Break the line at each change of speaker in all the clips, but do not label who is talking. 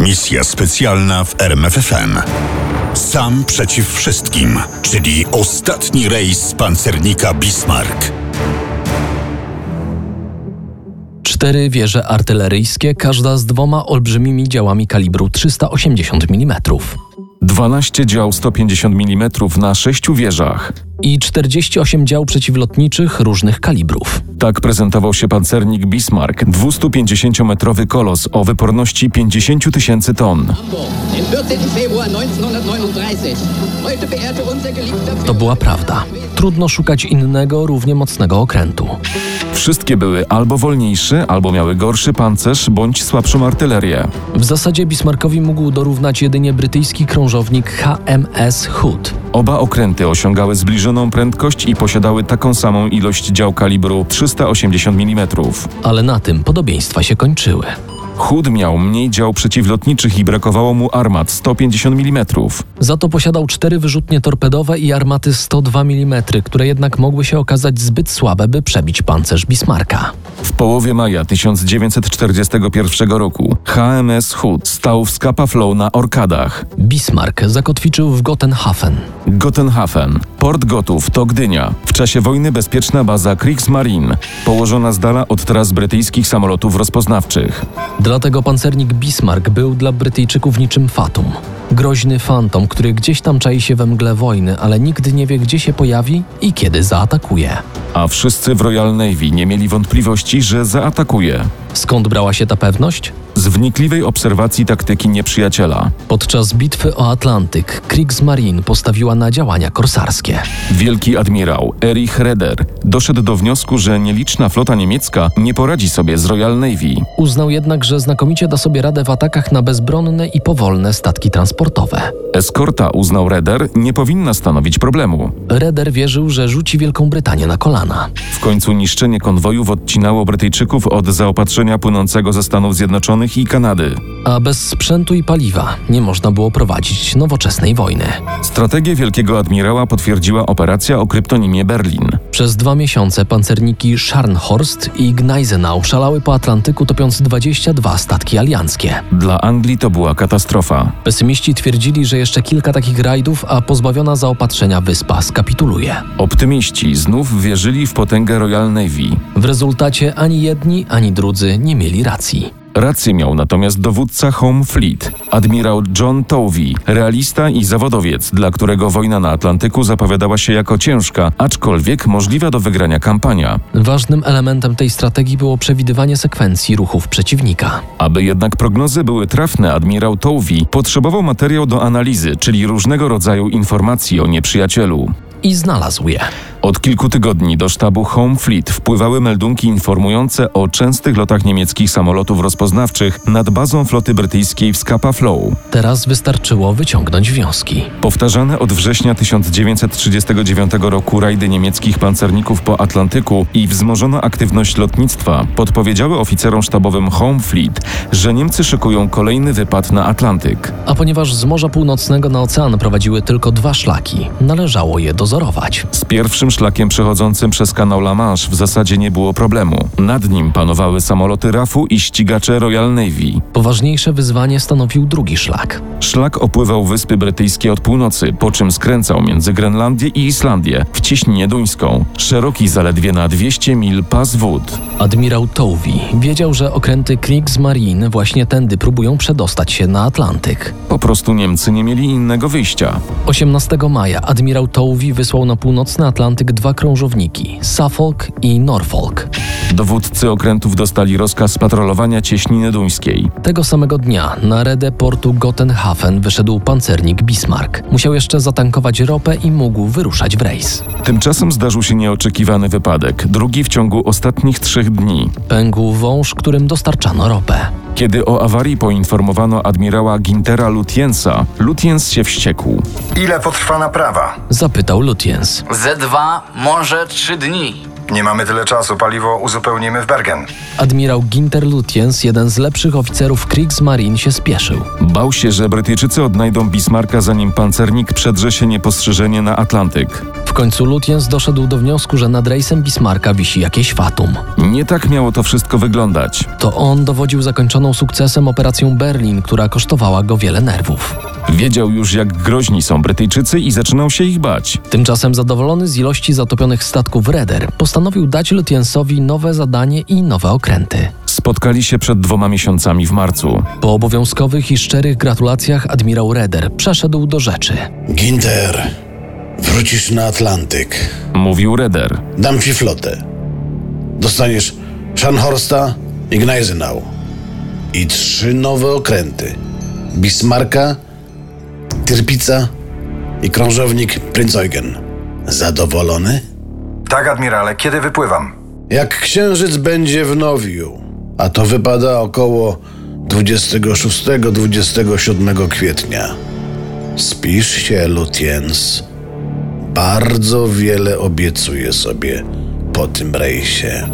Misja specjalna w RMFFM. Sam przeciw wszystkim, czyli ostatni rejs pancernika Bismarck.
Cztery wieże artyleryjskie, każda z dwoma olbrzymimi działami kalibru 380 mm
12 dział 150 mm na 6 wieżach.
i 48 dział przeciwlotniczych różnych kalibrów.
Tak prezentował się pancernik Bismarck, 250-metrowy kolos o wyporności 50 tysięcy ton.
Hamburg, den 14. Februar 1939. Heute beehrte unser geliebter
To była prawda. Trudno szukać innego, równie mocnego okrętu.
Wszystkie były albo wolniejsze, albo miały gorszy pancerz bądź słabszą artylerię.
W zasadzie Bismarckowi mógł dorównać jedynie brytyjski krążownik HMS Hood.
Oba okręty osiągały zbliżoną prędkość i posiadały taką samą ilość dział kalibru 380 mm.
Ale na tym podobieństwa się kończyły.
Hood miał mniej dział przeciwlotniczych i brakowało mu armat 150 mm.
Za to posiadał cztery wyrzutnie torpedowe i armaty 102 mm, które jednak mogły się okazać zbyt słabe, by przebić pancerz Bismarcka.
W połowie maja 1941 roku HMS Hood stał w Scapa Flow na Orkadach.
Bismarck zakotwiczył w Gotenhafen.
Gotenhafen. Port Gotów to Gdynia. W czasie wojny bezpieczna baza Kriegsmarine, położona z dala od tras brytyjskich samolotów rozpoznawczych.
Dlatego pancernik Bismarck był dla Brytyjczyków niczym fatum. Groźny fantom, który gdzieś tam czai się we mgle wojny, ale nigdy nie wie, gdzie się pojawi i kiedy zaatakuje.
A wszyscy w Royal Navy nie mieli wątpliwości, że zaatakuje.
Skąd brała się ta pewność?
Z wnikliwej obserwacji taktyki nieprzyjaciela.
Podczas bitwy o Atlantyk Kriegsmarine postawiła na działania korsarskie.
Wielki admirał Erich Reder doszedł do wniosku, że nieliczna flota niemiecka nie poradzi sobie z Royal Navy.
Uznał jednak, że znakomicie da sobie radę w atakach na bezbronne i powolne statki transportowe.
Eskorta, uznał Reder, nie powinna stanowić problemu.
Reder wierzył, że rzuci Wielką Brytanię na kolana.
W końcu niszczenie konwojów odcinało Brytyjczyków od zaopatrzenia płynącego ze Stanów Zjednoczonych i Kanady.
A bez sprzętu i paliwa nie można było prowadzić nowoczesnej wojny.
Strategię wielkiego admirała potwierdziła operacja o kryptonimie Berlin.
Przez dwa miesiące pancerniki Scharnhorst i Gneisenau szalały po Atlantyku, topiąc 22 statki alianckie.
Dla Anglii to była katastrofa.
Pesymiści twierdzili, że jeszcze kilka takich rajdów, a pozbawiona zaopatrzenia wyspa skapituluje.
Optymiści znów wierzyli w potęgę Royal Navy.
W rezultacie ani jedni, ani drudzy nie mieli racji.
Rację miał natomiast dowódca Home Fleet, admirał John Tovey, realista i zawodowiec, dla którego wojna na Atlantyku zapowiadała się jako ciężka, aczkolwiek możliwa do wygrania kampania.
Ważnym elementem tej strategii było przewidywanie sekwencji ruchów przeciwnika.
Aby jednak prognozy były trafne, admirał Towi potrzebował materiał do analizy, czyli różnego rodzaju informacji o nieprzyjacielu.
I znalazł je.
Od kilku tygodni do sztabu Home Fleet wpływały meldunki informujące o częstych lotach niemieckich samolotów rozpoznawczych nad bazą floty brytyjskiej w Scapa Flow.
Teraz wystarczyło wyciągnąć wnioski.
Powtarzane od września 1939 roku rajdy niemieckich pancerników po Atlantyku i wzmożona aktywność lotnictwa podpowiedziały oficerom sztabowym Home Fleet, że Niemcy szykują kolejny wypad na Atlantyk.
A ponieważ z Morza Północnego na ocean prowadziły tylko dwa szlaki, należało je dozorować.
Z pierwszym szlakiem przechodzącym przez kanał La Manche w zasadzie nie było problemu. Nad nim panowały samoloty RAF-u i ścigacze Royal Navy.
Poważniejsze wyzwanie stanowił drugi szlak.
Szlak opływał Wyspy Brytyjskie od północy, po czym skręcał między Grenlandię i Islandię w cieśninie duńską. Szeroki zaledwie na 200 mil pas wód.
Admirał Towi wiedział, że okręty Kriegsmarine właśnie tędy próbują przedostać się na Atlantyk.
Po prostu Niemcy nie mieli innego wyjścia.
18 maja admirał Towi wysłał na północny Atlantyk dwa krążowniki Suffolk i Norfolk.
Dowódcy okrętów dostali rozkaz patrolowania cieśniny duńskiej.
Tego samego dnia na redę portu Gotenhafen wyszedł pancernik Bismarck. Musiał jeszcze zatankować ropę i mógł wyruszać w rejs.
Tymczasem zdarzył się nieoczekiwany wypadek, drugi w ciągu ostatnich trzech dni.
Pękł wąż, którym dostarczano ropę.
Kiedy o awarii poinformowano admirała Gintera Lutiensa, Lutiens się wściekł.
Ile potrwa naprawa?
Zapytał Lutyens.
Ze dwa, może trzy dni.
Nie mamy tyle czasu, paliwo uzupełnimy w Bergen.
Admirał Ginter Lutyens, jeden z lepszych oficerów Kriegsmarine, się spieszył.
Bał się, że Brytyjczycy odnajdą Bismarka, zanim pancernik przedrze się niepostrzeżenie na Atlantyk.
W końcu Lutyens doszedł do wniosku, że nad rejsem Bismarka wisi jakieś fatum.
Nie tak miało to wszystko wyglądać.
To on dowodził zakończoną sukcesem operacją Berlin, która kosztowała go wiele nerwów.
Wiedział już, jak groźni są Brytyjczycy i zaczynał się ich bać.
Tymczasem zadowolony z ilości zatopionych statków Reder, postanowił dać Lutyensowi nowe zadanie i nowe okręty.
Spotkali się przed dwoma miesiącami w marcu.
Po obowiązkowych i szczerych gratulacjach admirał Reder przeszedł do rzeczy.
Ginter, wrócisz na Atlantyk.
Mówił Reder.
Dam ci flotę. Dostaniesz Scharnhorsta i Gneisenau. I trzy nowe okręty. Bismarka, Tyrpica i krążownik Prinz Eugen. Zadowolony?
Tak, admirale, kiedy wypływam?
Jak księżyc będzie w Nowiu, a to wypada około 26-27 kwietnia. Spisz się, Lutyens. Bardzo wiele obiecuję sobie po tym rejsie.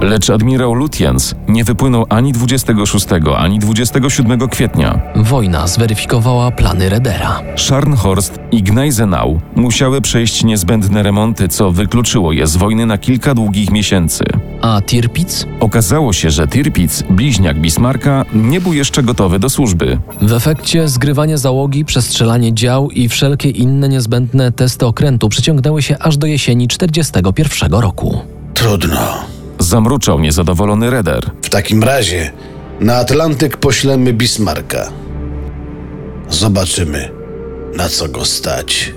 Lecz admirał Lutyens nie wypłynął ani 26, ani 27 kwietnia.
Wojna zweryfikowała plany Redera.
Scharnhorst i Gneisenau musiały przejść niezbędne remonty, co wykluczyło je z wojny na kilka długich miesięcy.
A Tirpitz?
Okazało się, że Tirpitz, bliźniak Bismarka, nie był jeszcze gotowy do służby.
W efekcie zgrywanie załogi, przestrzelanie dział i wszelkie inne niezbędne testy okrętu przyciągnęły się aż do jesieni 41 roku.
Trudno.
Zamruczał niezadowolony Reder.
W takim razie na Atlantyk poślemy Bismarka. Zobaczymy, na co go stać.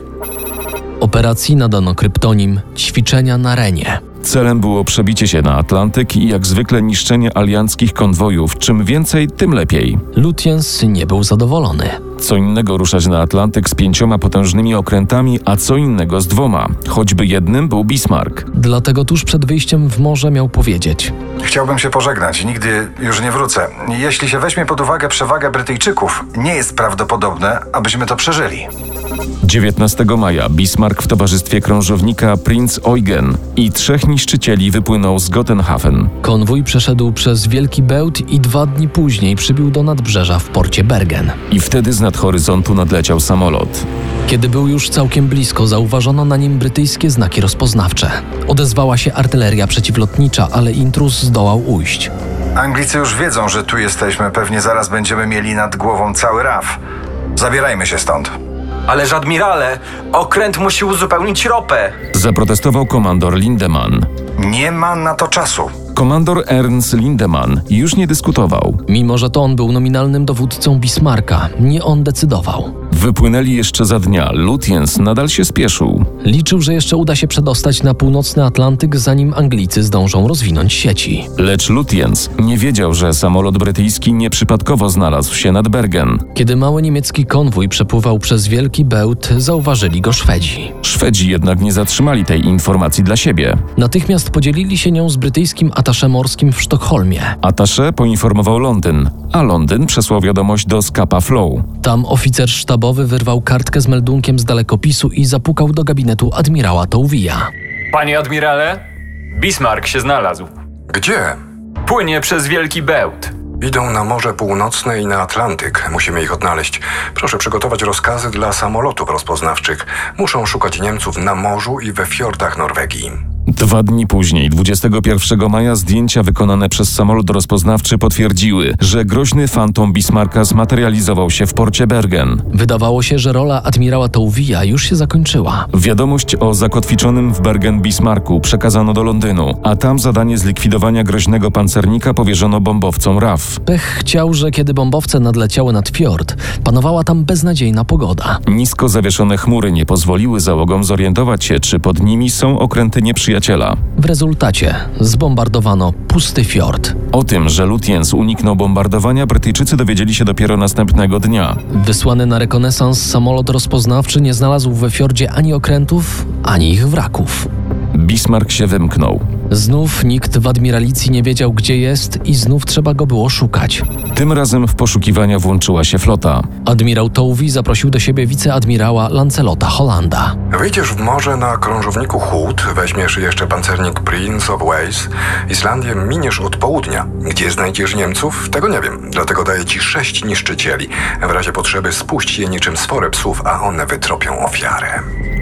Operacji nadano kryptonim Ćwiczenia na Renie.
Celem było przebicie się na Atlantyk i jak zwykle niszczenie alianckich konwojów. Czym więcej, tym lepiej.
Lutyens nie był zadowolony.
Co innego ruszać na Atlantyk z pięcioma potężnymi okrętami, a co innego z dwoma. Choćby jednym był Bismarck.
Dlatego tuż przed wyjściem w morze miał powiedzieć:
Chciałbym się pożegnać, nigdy już nie wrócę. Jeśli się weźmie pod uwagę przewagę Brytyjczyków, nie jest prawdopodobne, abyśmy to przeżyli.
19 maja Bismarck w towarzystwie krążownika Prinz Eugen i trzech niszczycieli wypłynął z Gotenhafen.
Konwój przeszedł przez Wielki Bełt i dwa dni później przybił do nadbrzeża w porcie Bergen.
I wtedy z nad horyzontu nadleciał samolot.
Kiedy był już całkiem blisko, zauważono na nim brytyjskie znaki rozpoznawcze. Odezwała się artyleria przeciwlotnicza, ale intruz zdołał ujść.
Anglicy już wiedzą, że tu jesteśmy, pewnie zaraz będziemy mieli nad głową cały raf. Zabierajmy się stąd.
Ależ admirale, okręt musi uzupełnić ropę.
Zaprotestował komandor Lindemann.
Nie ma na to czasu.
Komandor Ernst Lindemann już nie dyskutował.
Mimo, że to on był nominalnym dowódcą Bismarka, nie on decydował.
Wypłynęli jeszcze za dnia. Lutyens nadal się spieszył.
Liczył, że jeszcze uda się przedostać na północny Atlantyk, zanim Anglicy zdążą rozwinąć sieci.
Lecz Lutyens nie wiedział, że samolot brytyjski nieprzypadkowo znalazł się nad Bergen.
Kiedy mały niemiecki konwój przepływał przez Wielki Bełt, zauważyli go Szwedzi.
Szwedzi jednak nie zatrzymali tej informacji dla siebie.
Natychmiast podzielili się nią z brytyjskim atasze morskim w Sztokholmie.
Atasze poinformował Londyn, a Londyn przesłał wiadomość do Skapa Flow.
Tam oficer sztabowy wyrwał kartkę z meldunkiem z dalekopisu i zapukał do gabinetu admirała Tołwija.
Panie admirale, Bismarck się znalazł.
Gdzie?
Płynie przez Wielki Bełt.
Idą na Morze Północne i na Atlantyk. Musimy ich odnaleźć. Proszę przygotować rozkazy dla samolotów rozpoznawczych. Muszą szukać Niemców na morzu i we fiordach Norwegii.
Dwa dni później, 21 maja, zdjęcia wykonane przez samolot rozpoznawczy potwierdziły, że groźny fantom Bismarcka zmaterializował się w porcie Bergen.
Wydawało się, że rola admirała Tołwija już się zakończyła.
Wiadomość o zakotwiczonym w Bergen Bismarcku przekazano do Londynu, a tam zadanie zlikwidowania groźnego pancernika powierzono bombowcom RAF.
Pech chciał, że kiedy bombowce nadleciały nad fiord, panowała tam beznadziejna pogoda.
Nisko zawieszone chmury nie pozwoliły załogom zorientować się, czy pod nimi są okręty nieprzyjaciela.
W rezultacie zbombardowano pusty fiord.
O tym, że Lutyens uniknął bombardowania, Brytyjczycy dowiedzieli się dopiero następnego dnia.
Wysłany na rekonesans samolot rozpoznawczy nie znalazł we fiordzie ani okrętów, ani ich wraków.
Bismarck się wymknął.
Znów nikt w admiralicji nie wiedział, gdzie jest, i znów trzeba go było szukać.
Tym razem w poszukiwania włączyła się flota.
Admirał Tołwi zaprosił do siebie wiceadmirała Lancelota Hollanda.
Wyjdziesz w morze na krążowniku Hood, weźmiesz jeszcze pancernik Prince of Wales, Islandię miniesz od południa. Gdzie znajdziesz Niemców? Tego nie wiem, dlatego daję ci sześć niszczycieli. W razie potrzeby spuść je niczym sforę psów, a one wytropią ofiarę.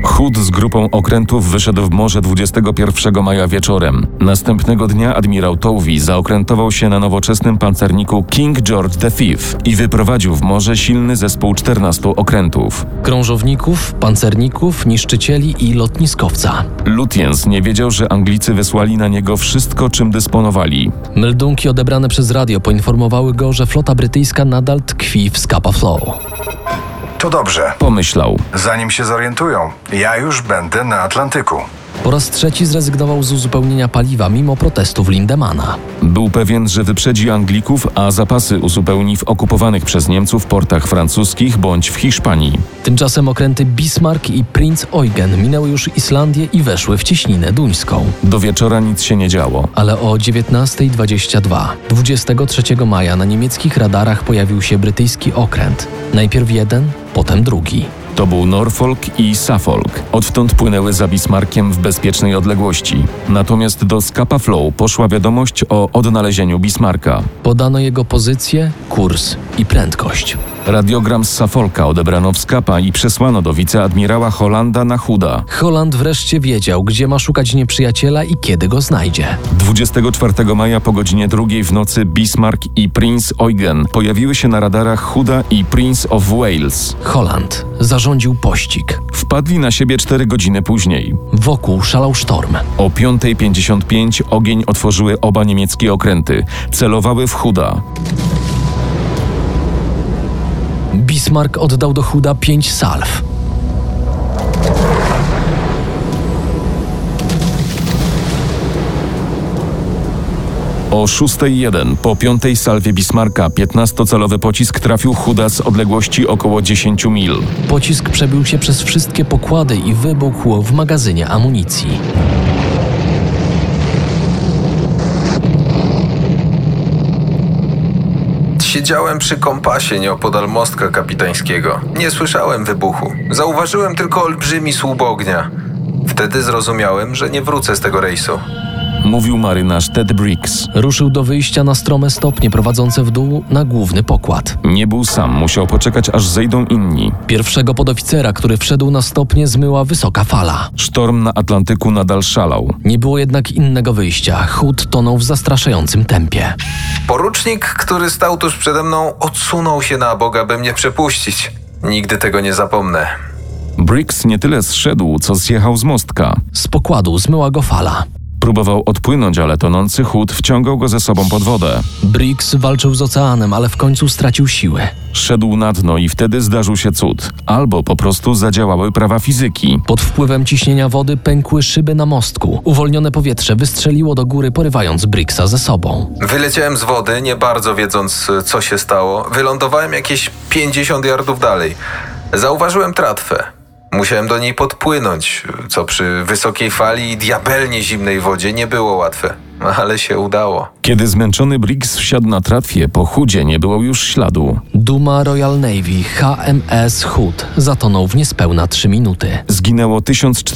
Chód z grupą okrętów wyszedł w morze 21 maja wieczorem. Następnego dnia admirał Towi zaokrętował się na nowoczesnym pancerniku King George the Thief i wyprowadził w morze silny zespół 14 okrętów.
Krążowników, pancerników, niszczycieli i lotniskowca.
Lutyens nie wiedział, że Anglicy wysłali na niego wszystko, czym dysponowali.
Meldunki odebrane przez radio poinformowały go, że flota brytyjska nadal tkwi w Scapa Flow.
To dobrze.
Pomyślał.
Zanim się zorientują, ja już będę na Atlantyku.
Po raz trzeci zrezygnował z uzupełnienia paliwa mimo protestów Lindemana.
Był pewien, że wyprzedzi Anglików, a zapasy uzupełni w okupowanych przez Niemców portach francuskich bądź w Hiszpanii.
Tymczasem okręty Bismarck i Prince Eugen minęły już Islandię i weszły w cieśninę duńską.
Do wieczora nic się nie działo.
Ale o 19.22, 23 maja na niemieckich radarach pojawił się brytyjski okręt. Najpierw jeden, potem drugi.
To był Norfolk i Suffolk. Odtąd płynęły za Bismarckiem w bezpiecznej odległości. Natomiast do Scapa Flow poszła wiadomość o odnalezieniu Bismarcka.
Podano jego pozycję, kurs i prędkość.
Radiogram z Suffolka odebrano w Scapa i przesłano do wiceadmirała Holanda na Huda.
Holand wreszcie wiedział, gdzie ma szukać nieprzyjaciela i kiedy go znajdzie.
24 maja po godzinie drugiej w nocy Bismarck i Prince Eugen pojawiły się na radarach Huda i Prince of Wales.
Holand zarządził pościg.
Wpadli na siebie 4 godziny później.
Wokół szalał sztorm.
O 5.55 ogień otworzyły oba niemieckie okręty. Celowały w Huda.
Bismarck oddał do Huda pięć salw.
O 6.01 po piątej salwie Bismarcka 15-calowy pocisk trafił Huda z odległości około 10 mil.
Pocisk przebił się przez wszystkie pokłady i wybuchł w magazynie amunicji.
Siedziałem przy kompasie nieopodal mostka kapitańskiego. Nie słyszałem wybuchu. Zauważyłem tylko olbrzymi słup ognia. Wtedy zrozumiałem, że nie wrócę z tego rejsu.
Mówił marynarz Ted Briggs.
Ruszył do wyjścia na strome stopnie prowadzące w dół na główny pokład.
Nie był sam, musiał poczekać aż zejdą inni.
Pierwszego podoficera, który wszedł na stopnie, zmyła wysoka fala.
Sztorm na Atlantyku nadal szalał.
Nie było jednak innego wyjścia. Chód tonął w zastraszającym tempie.
Porucznik, który stał tuż przede mną, odsunął się na Boga, by mnie przepuścić. Nigdy tego nie zapomnę.
Briggs nie tyle zszedł, co zjechał z mostka.
Z pokładu zmyła go fala.
Próbował odpłynąć, ale tonący chód wciągał go ze sobą pod wodę.
Briggs walczył z oceanem, ale w końcu stracił siły.
Szedł na dno i wtedy zdarzył się cud. Albo po prostu zadziałały prawa fizyki.
Pod wpływem ciśnienia wody pękły szyby na mostku. Uwolnione powietrze wystrzeliło do góry, porywając Briggsa ze sobą.
Wyleciałem z wody, nie bardzo wiedząc, co się stało. Wylądowałem jakieś 50 yardów dalej. Zauważyłem tratwę. Musiałem do niej podpłynąć, co przy wysokiej fali i diabelnie zimnej wodzie nie było łatwe. Ale się udało.
Kiedy zmęczony Briggs wsiadł na tratwie, po chudzie nie było już śladu.
Duma Royal Navy HMS Hood zatonął w niespełna 3 minuty.
Zginęło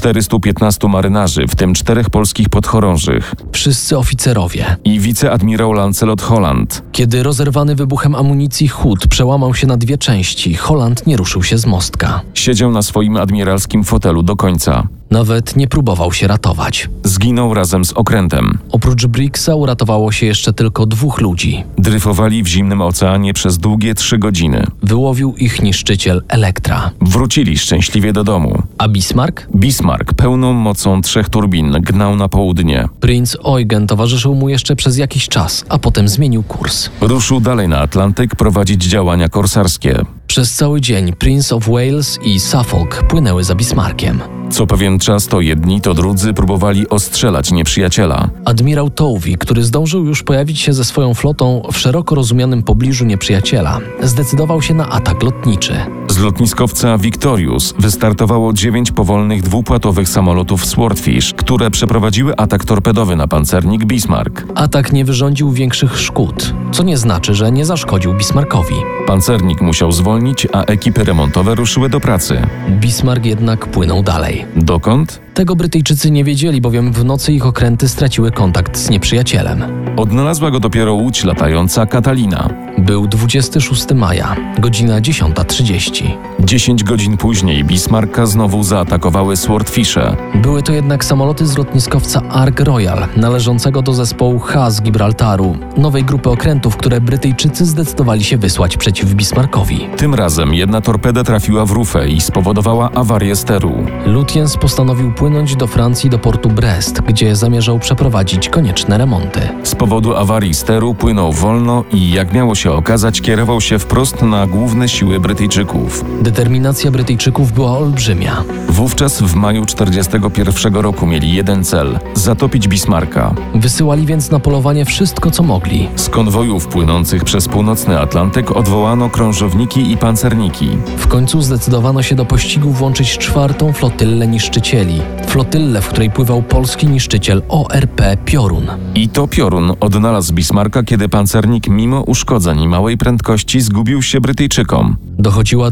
1415 marynarzy, w tym czterech polskich podchorążych
Wszyscy oficerowie.
i wiceadmirał Lancelot Holland.
Kiedy rozerwany wybuchem amunicji Hood przełamał się na dwie części, Holand nie ruszył się z mostka.
Siedział na swoim admiralskim fotelu do końca.
Nawet nie próbował się ratować.
Zginął razem z okrętem.
Oprócz Briggsa uratowało się jeszcze tylko dwóch ludzi.
Dryfowali w zimnym oceanie przez długie trzy godziny.
Wyłowił ich niszczyciel Elektra.
Wrócili szczęśliwie do domu.
A Bismarck?
Bismarck pełną mocą trzech turbin gnał na południe.
Prince Eugen towarzyszył mu jeszcze przez jakiś czas, a potem zmienił kurs.
Ruszył dalej na Atlantyk prowadzić działania korsarskie.
Przez cały dzień Prince of Wales i Suffolk płynęły za Bismarckiem.
Co pewien czas to jedni, to drudzy próbowali ostrzelać nieprzyjaciela.
Admirał Towi, który zdążył już pojawić się ze swoją flotą w szeroko rozumianym pobliżu nieprzyjaciela, zdecydował się na atak lotniczy.
Z lotniskowca Victorious wystartowało dziewięć powolnych dwupłatowych samolotów Swordfish, które przeprowadziły atak torpedowy na pancernik Bismarck.
Atak nie wyrządził większych szkód, co nie znaczy, że nie zaszkodził Bismarckowi.
Pancernik musiał zwolnić, a ekipy remontowe ruszyły do pracy.
Bismarck jednak płynął dalej.
Dokąd?
Tego Brytyjczycy nie wiedzieli, bowiem w nocy ich okręty straciły kontakt z nieprzyjacielem.
Odnalazła go dopiero łódź latająca Katalina.
Był 26 maja, godzina 10.30.
Dziesięć godzin później Bismarcka znowu zaatakowały Swordfishe.
Były to jednak samoloty z lotniskowca Ark Royal, należącego do zespołu H z Gibraltaru, nowej grupy okrętów, które Brytyjczycy zdecydowali się wysłać przeciw Bismarckowi.
Tym razem jedna torpeda trafiła w rufę i spowodowała awarię steru.
Lutyens postanowił płynąć do Francji do portu Brest, gdzie zamierzał przeprowadzić konieczne remonty.
Z powodu awarii steru płynął wolno i, jak miało się okazać, kierował się wprost na główne siły Brytyjczyków.
Determinacja Brytyjczyków była olbrzymia.
Wówczas w maju 1941 roku mieli jeden cel zatopić Bismarcka.
Wysyłali więc na polowanie wszystko, co mogli.
Z konwojów płynących przez północny Atlantyk odwołano krążowniki i pancerniki.
W końcu zdecydowano się do pościgu włączyć czwartą flotyllę niszczycieli. Flotyllę, w której pływał polski niszczyciel ORP Piorun.
I to Piorun odnalazł Bismarcka, kiedy pancernik mimo uszkodzeń i małej prędkości zgubił się Brytyjczykom.
Dochodziła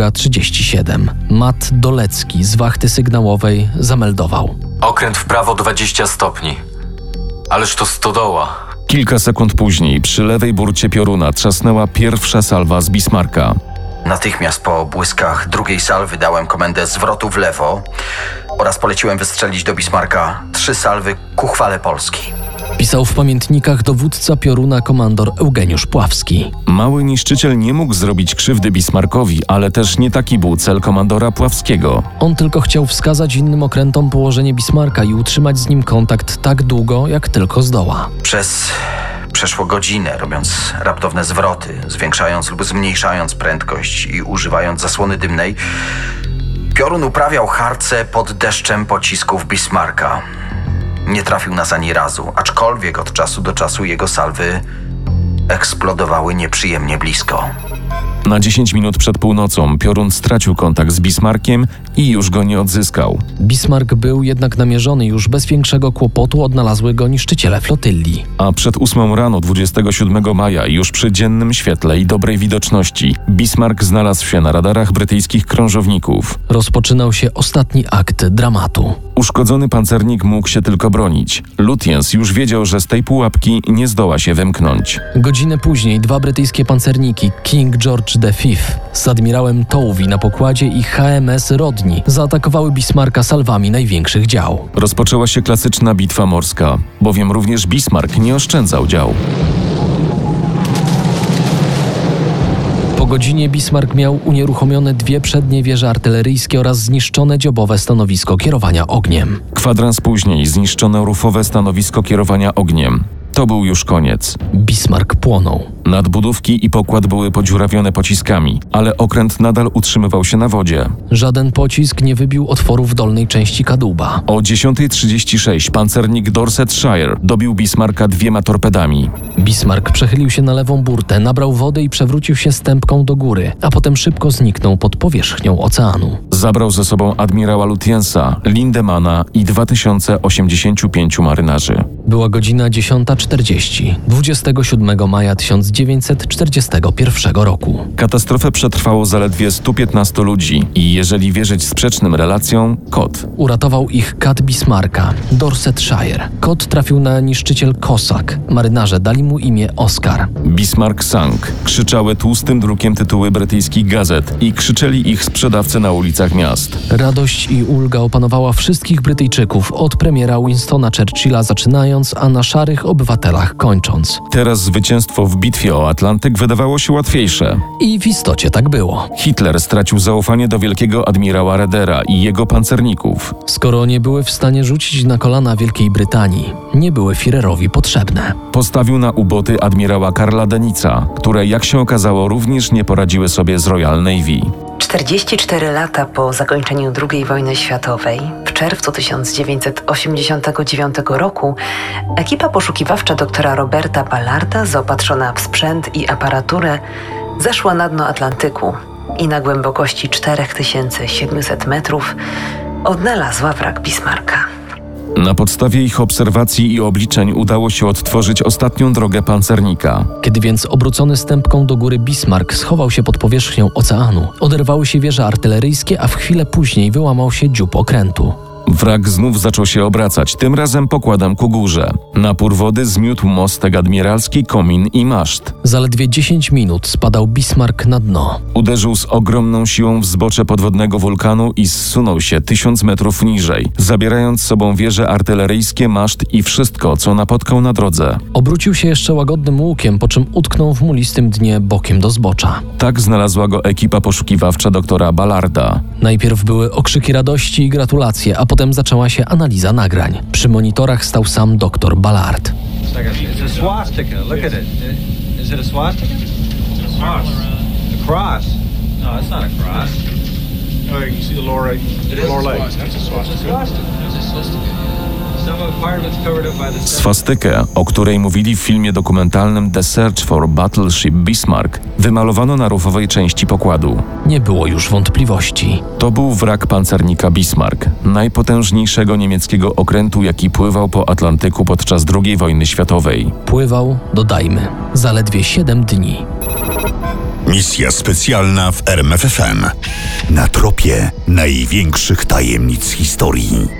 22.37. Mat Dolecki z wachty sygnałowej zameldował.
Okręt w prawo 20 stopni. Ależ to stodoła.
Kilka sekund później przy lewej burcie pioruna trzasnęła pierwsza salwa z Bismarka.
Natychmiast po błyskach drugiej salwy dałem komendę zwrotu w lewo oraz poleciłem wystrzelić do Bismarka trzy salwy ku chwale Polski.
Pisał w pamiętnikach dowódca pioruna komandor Eugeniusz Pławski.
Mały niszczyciel nie mógł zrobić krzywdy Bismarkowi, ale też nie taki był cel komandora Pławskiego.
On tylko chciał wskazać innym okrętom położenie Bismarka i utrzymać z nim kontakt tak długo, jak tylko zdoła.
Przez przeszło godzinę, robiąc raptowne zwroty, zwiększając lub zmniejszając prędkość i używając zasłony dymnej, piorun uprawiał harce pod deszczem pocisków Bismarka. Nie trafił nas ani razu, aczkolwiek od czasu do czasu jego salwy eksplodowały nieprzyjemnie blisko.
Na 10 minut przed północą piorun stracił kontakt z Bismarkiem i już go nie odzyskał.
Bismarck był jednak namierzony, już bez większego kłopotu odnalazły go niszczyciele flotylli.
A przed 8 rano 27 maja, już przy dziennym świetle i dobrej widoczności, Bismarck znalazł się na radarach brytyjskich krążowników.
Rozpoczynał się ostatni akt dramatu.
Uszkodzony pancernik mógł się tylko bronić. Lutyens już wiedział, że z tej pułapki nie zdoła się wymknąć.
Godzinę później dwa brytyjskie pancerniki King George V z admirałem Towi na pokładzie i HMS Rodni zaatakowały Bismarka salwami największych dział.
Rozpoczęła się klasyczna bitwa morska, bowiem również Bismarck nie oszczędzał dział.
Po godzinie Bismarck miał unieruchomione dwie przednie wieże artyleryjskie oraz zniszczone dziobowe stanowisko kierowania ogniem.
Kwadrans później zniszczono rufowe stanowisko kierowania ogniem. To był już koniec.
Bismarck płonął.
Nadbudówki i pokład były podziurawione pociskami, ale okręt nadal utrzymywał się na wodzie.
Żaden pocisk nie wybił otworu w dolnej części kadłuba.
O 10.36 pancernik Dorsetshire dobił Bismarcka dwiema torpedami.
Bismarck przechylił się na lewą burtę, nabrał wody i przewrócił się stępką do góry, a potem szybko zniknął pod powierzchnią oceanu.
Zabrał ze sobą admirała Lutyensa, Lindemana i 2085 marynarzy.
Była godzina 10.40, 27 maja 1941 roku.
Katastrofę przetrwało zaledwie 115 ludzi i jeżeli wierzyć sprzecznym relacjom, kot.
Uratował ich kat Bismarka, Dorsetshire. Kot trafił na niszczyciel Kosak. Marynarze dali mu imię Oscar.
Bismarck sank. Krzyczały tłustym drukiem tytuły brytyjskich gazet i krzyczeli ich sprzedawcy na ulicach miast.
Radość i ulga opanowała wszystkich Brytyjczyków, od premiera Winstona Churchilla zaczynając, a na szarych obywatelach kończąc.
Teraz zwycięstwo w bitwie o Atlantyk wydawało się łatwiejsze.
I w istocie tak było.
Hitler stracił zaufanie do wielkiego admirała Redera i jego pancerników.
Skoro nie były w stanie rzucić na kolana Wielkiej Brytanii, nie były Firerowi potrzebne.
Postawił na uboty admirała Karla Denica, które jak się okazało również nie poradziły sobie z Royal Navy.
44 lata po zakończeniu II wojny światowej, w czerwcu 1989 roku, ekipa poszukiwawcza doktora Roberta Ballarda, zaopatrzona w sprzęt i aparaturę, zeszła na dno Atlantyku i na głębokości 4700 metrów odnalazła wrak Bismarcka.
Na podstawie ich obserwacji i obliczeń udało się odtworzyć ostatnią drogę pancernika.
Kiedy więc obrócony stępką do góry Bismarck schował się pod powierzchnią oceanu, oderwały się wieże artyleryjskie, a w chwilę później wyłamał się dziób okrętu.
Wrak znów zaczął się obracać, tym razem pokładem ku górze. Napór wody zmiótł mostek admiralski, komin i maszt.
Zaledwie 10 minut spadał Bismarck na dno.
Uderzył z ogromną siłą w zbocze podwodnego wulkanu i zsunął się tysiąc metrów niżej, zabierając z sobą wieże artyleryjskie, maszt i wszystko, co napotkał na drodze.
Obrócił się jeszcze łagodnym łukiem, po czym utknął w mulistym dnie bokiem do zbocza.
Tak znalazła go ekipa poszukiwawcza doktora Ballarda.
Najpierw były okrzyki radości i gratulacje, a potem zaczęła się analiza nagrań. Przy monitorach stał sam dr Ballard.
Swastykę, o której mówili w filmie dokumentalnym The Search for Battleship Bismarck, wymalowano na rufowej części pokładu.
Nie było już wątpliwości.
To był wrak pancernika Bismarck, najpotężniejszego niemieckiego okrętu, jaki pływał po Atlantyku podczas II wojny światowej.
Pływał, dodajmy, zaledwie 7 dni.
Misja specjalna w RMFFM. Na tropie największych tajemnic historii.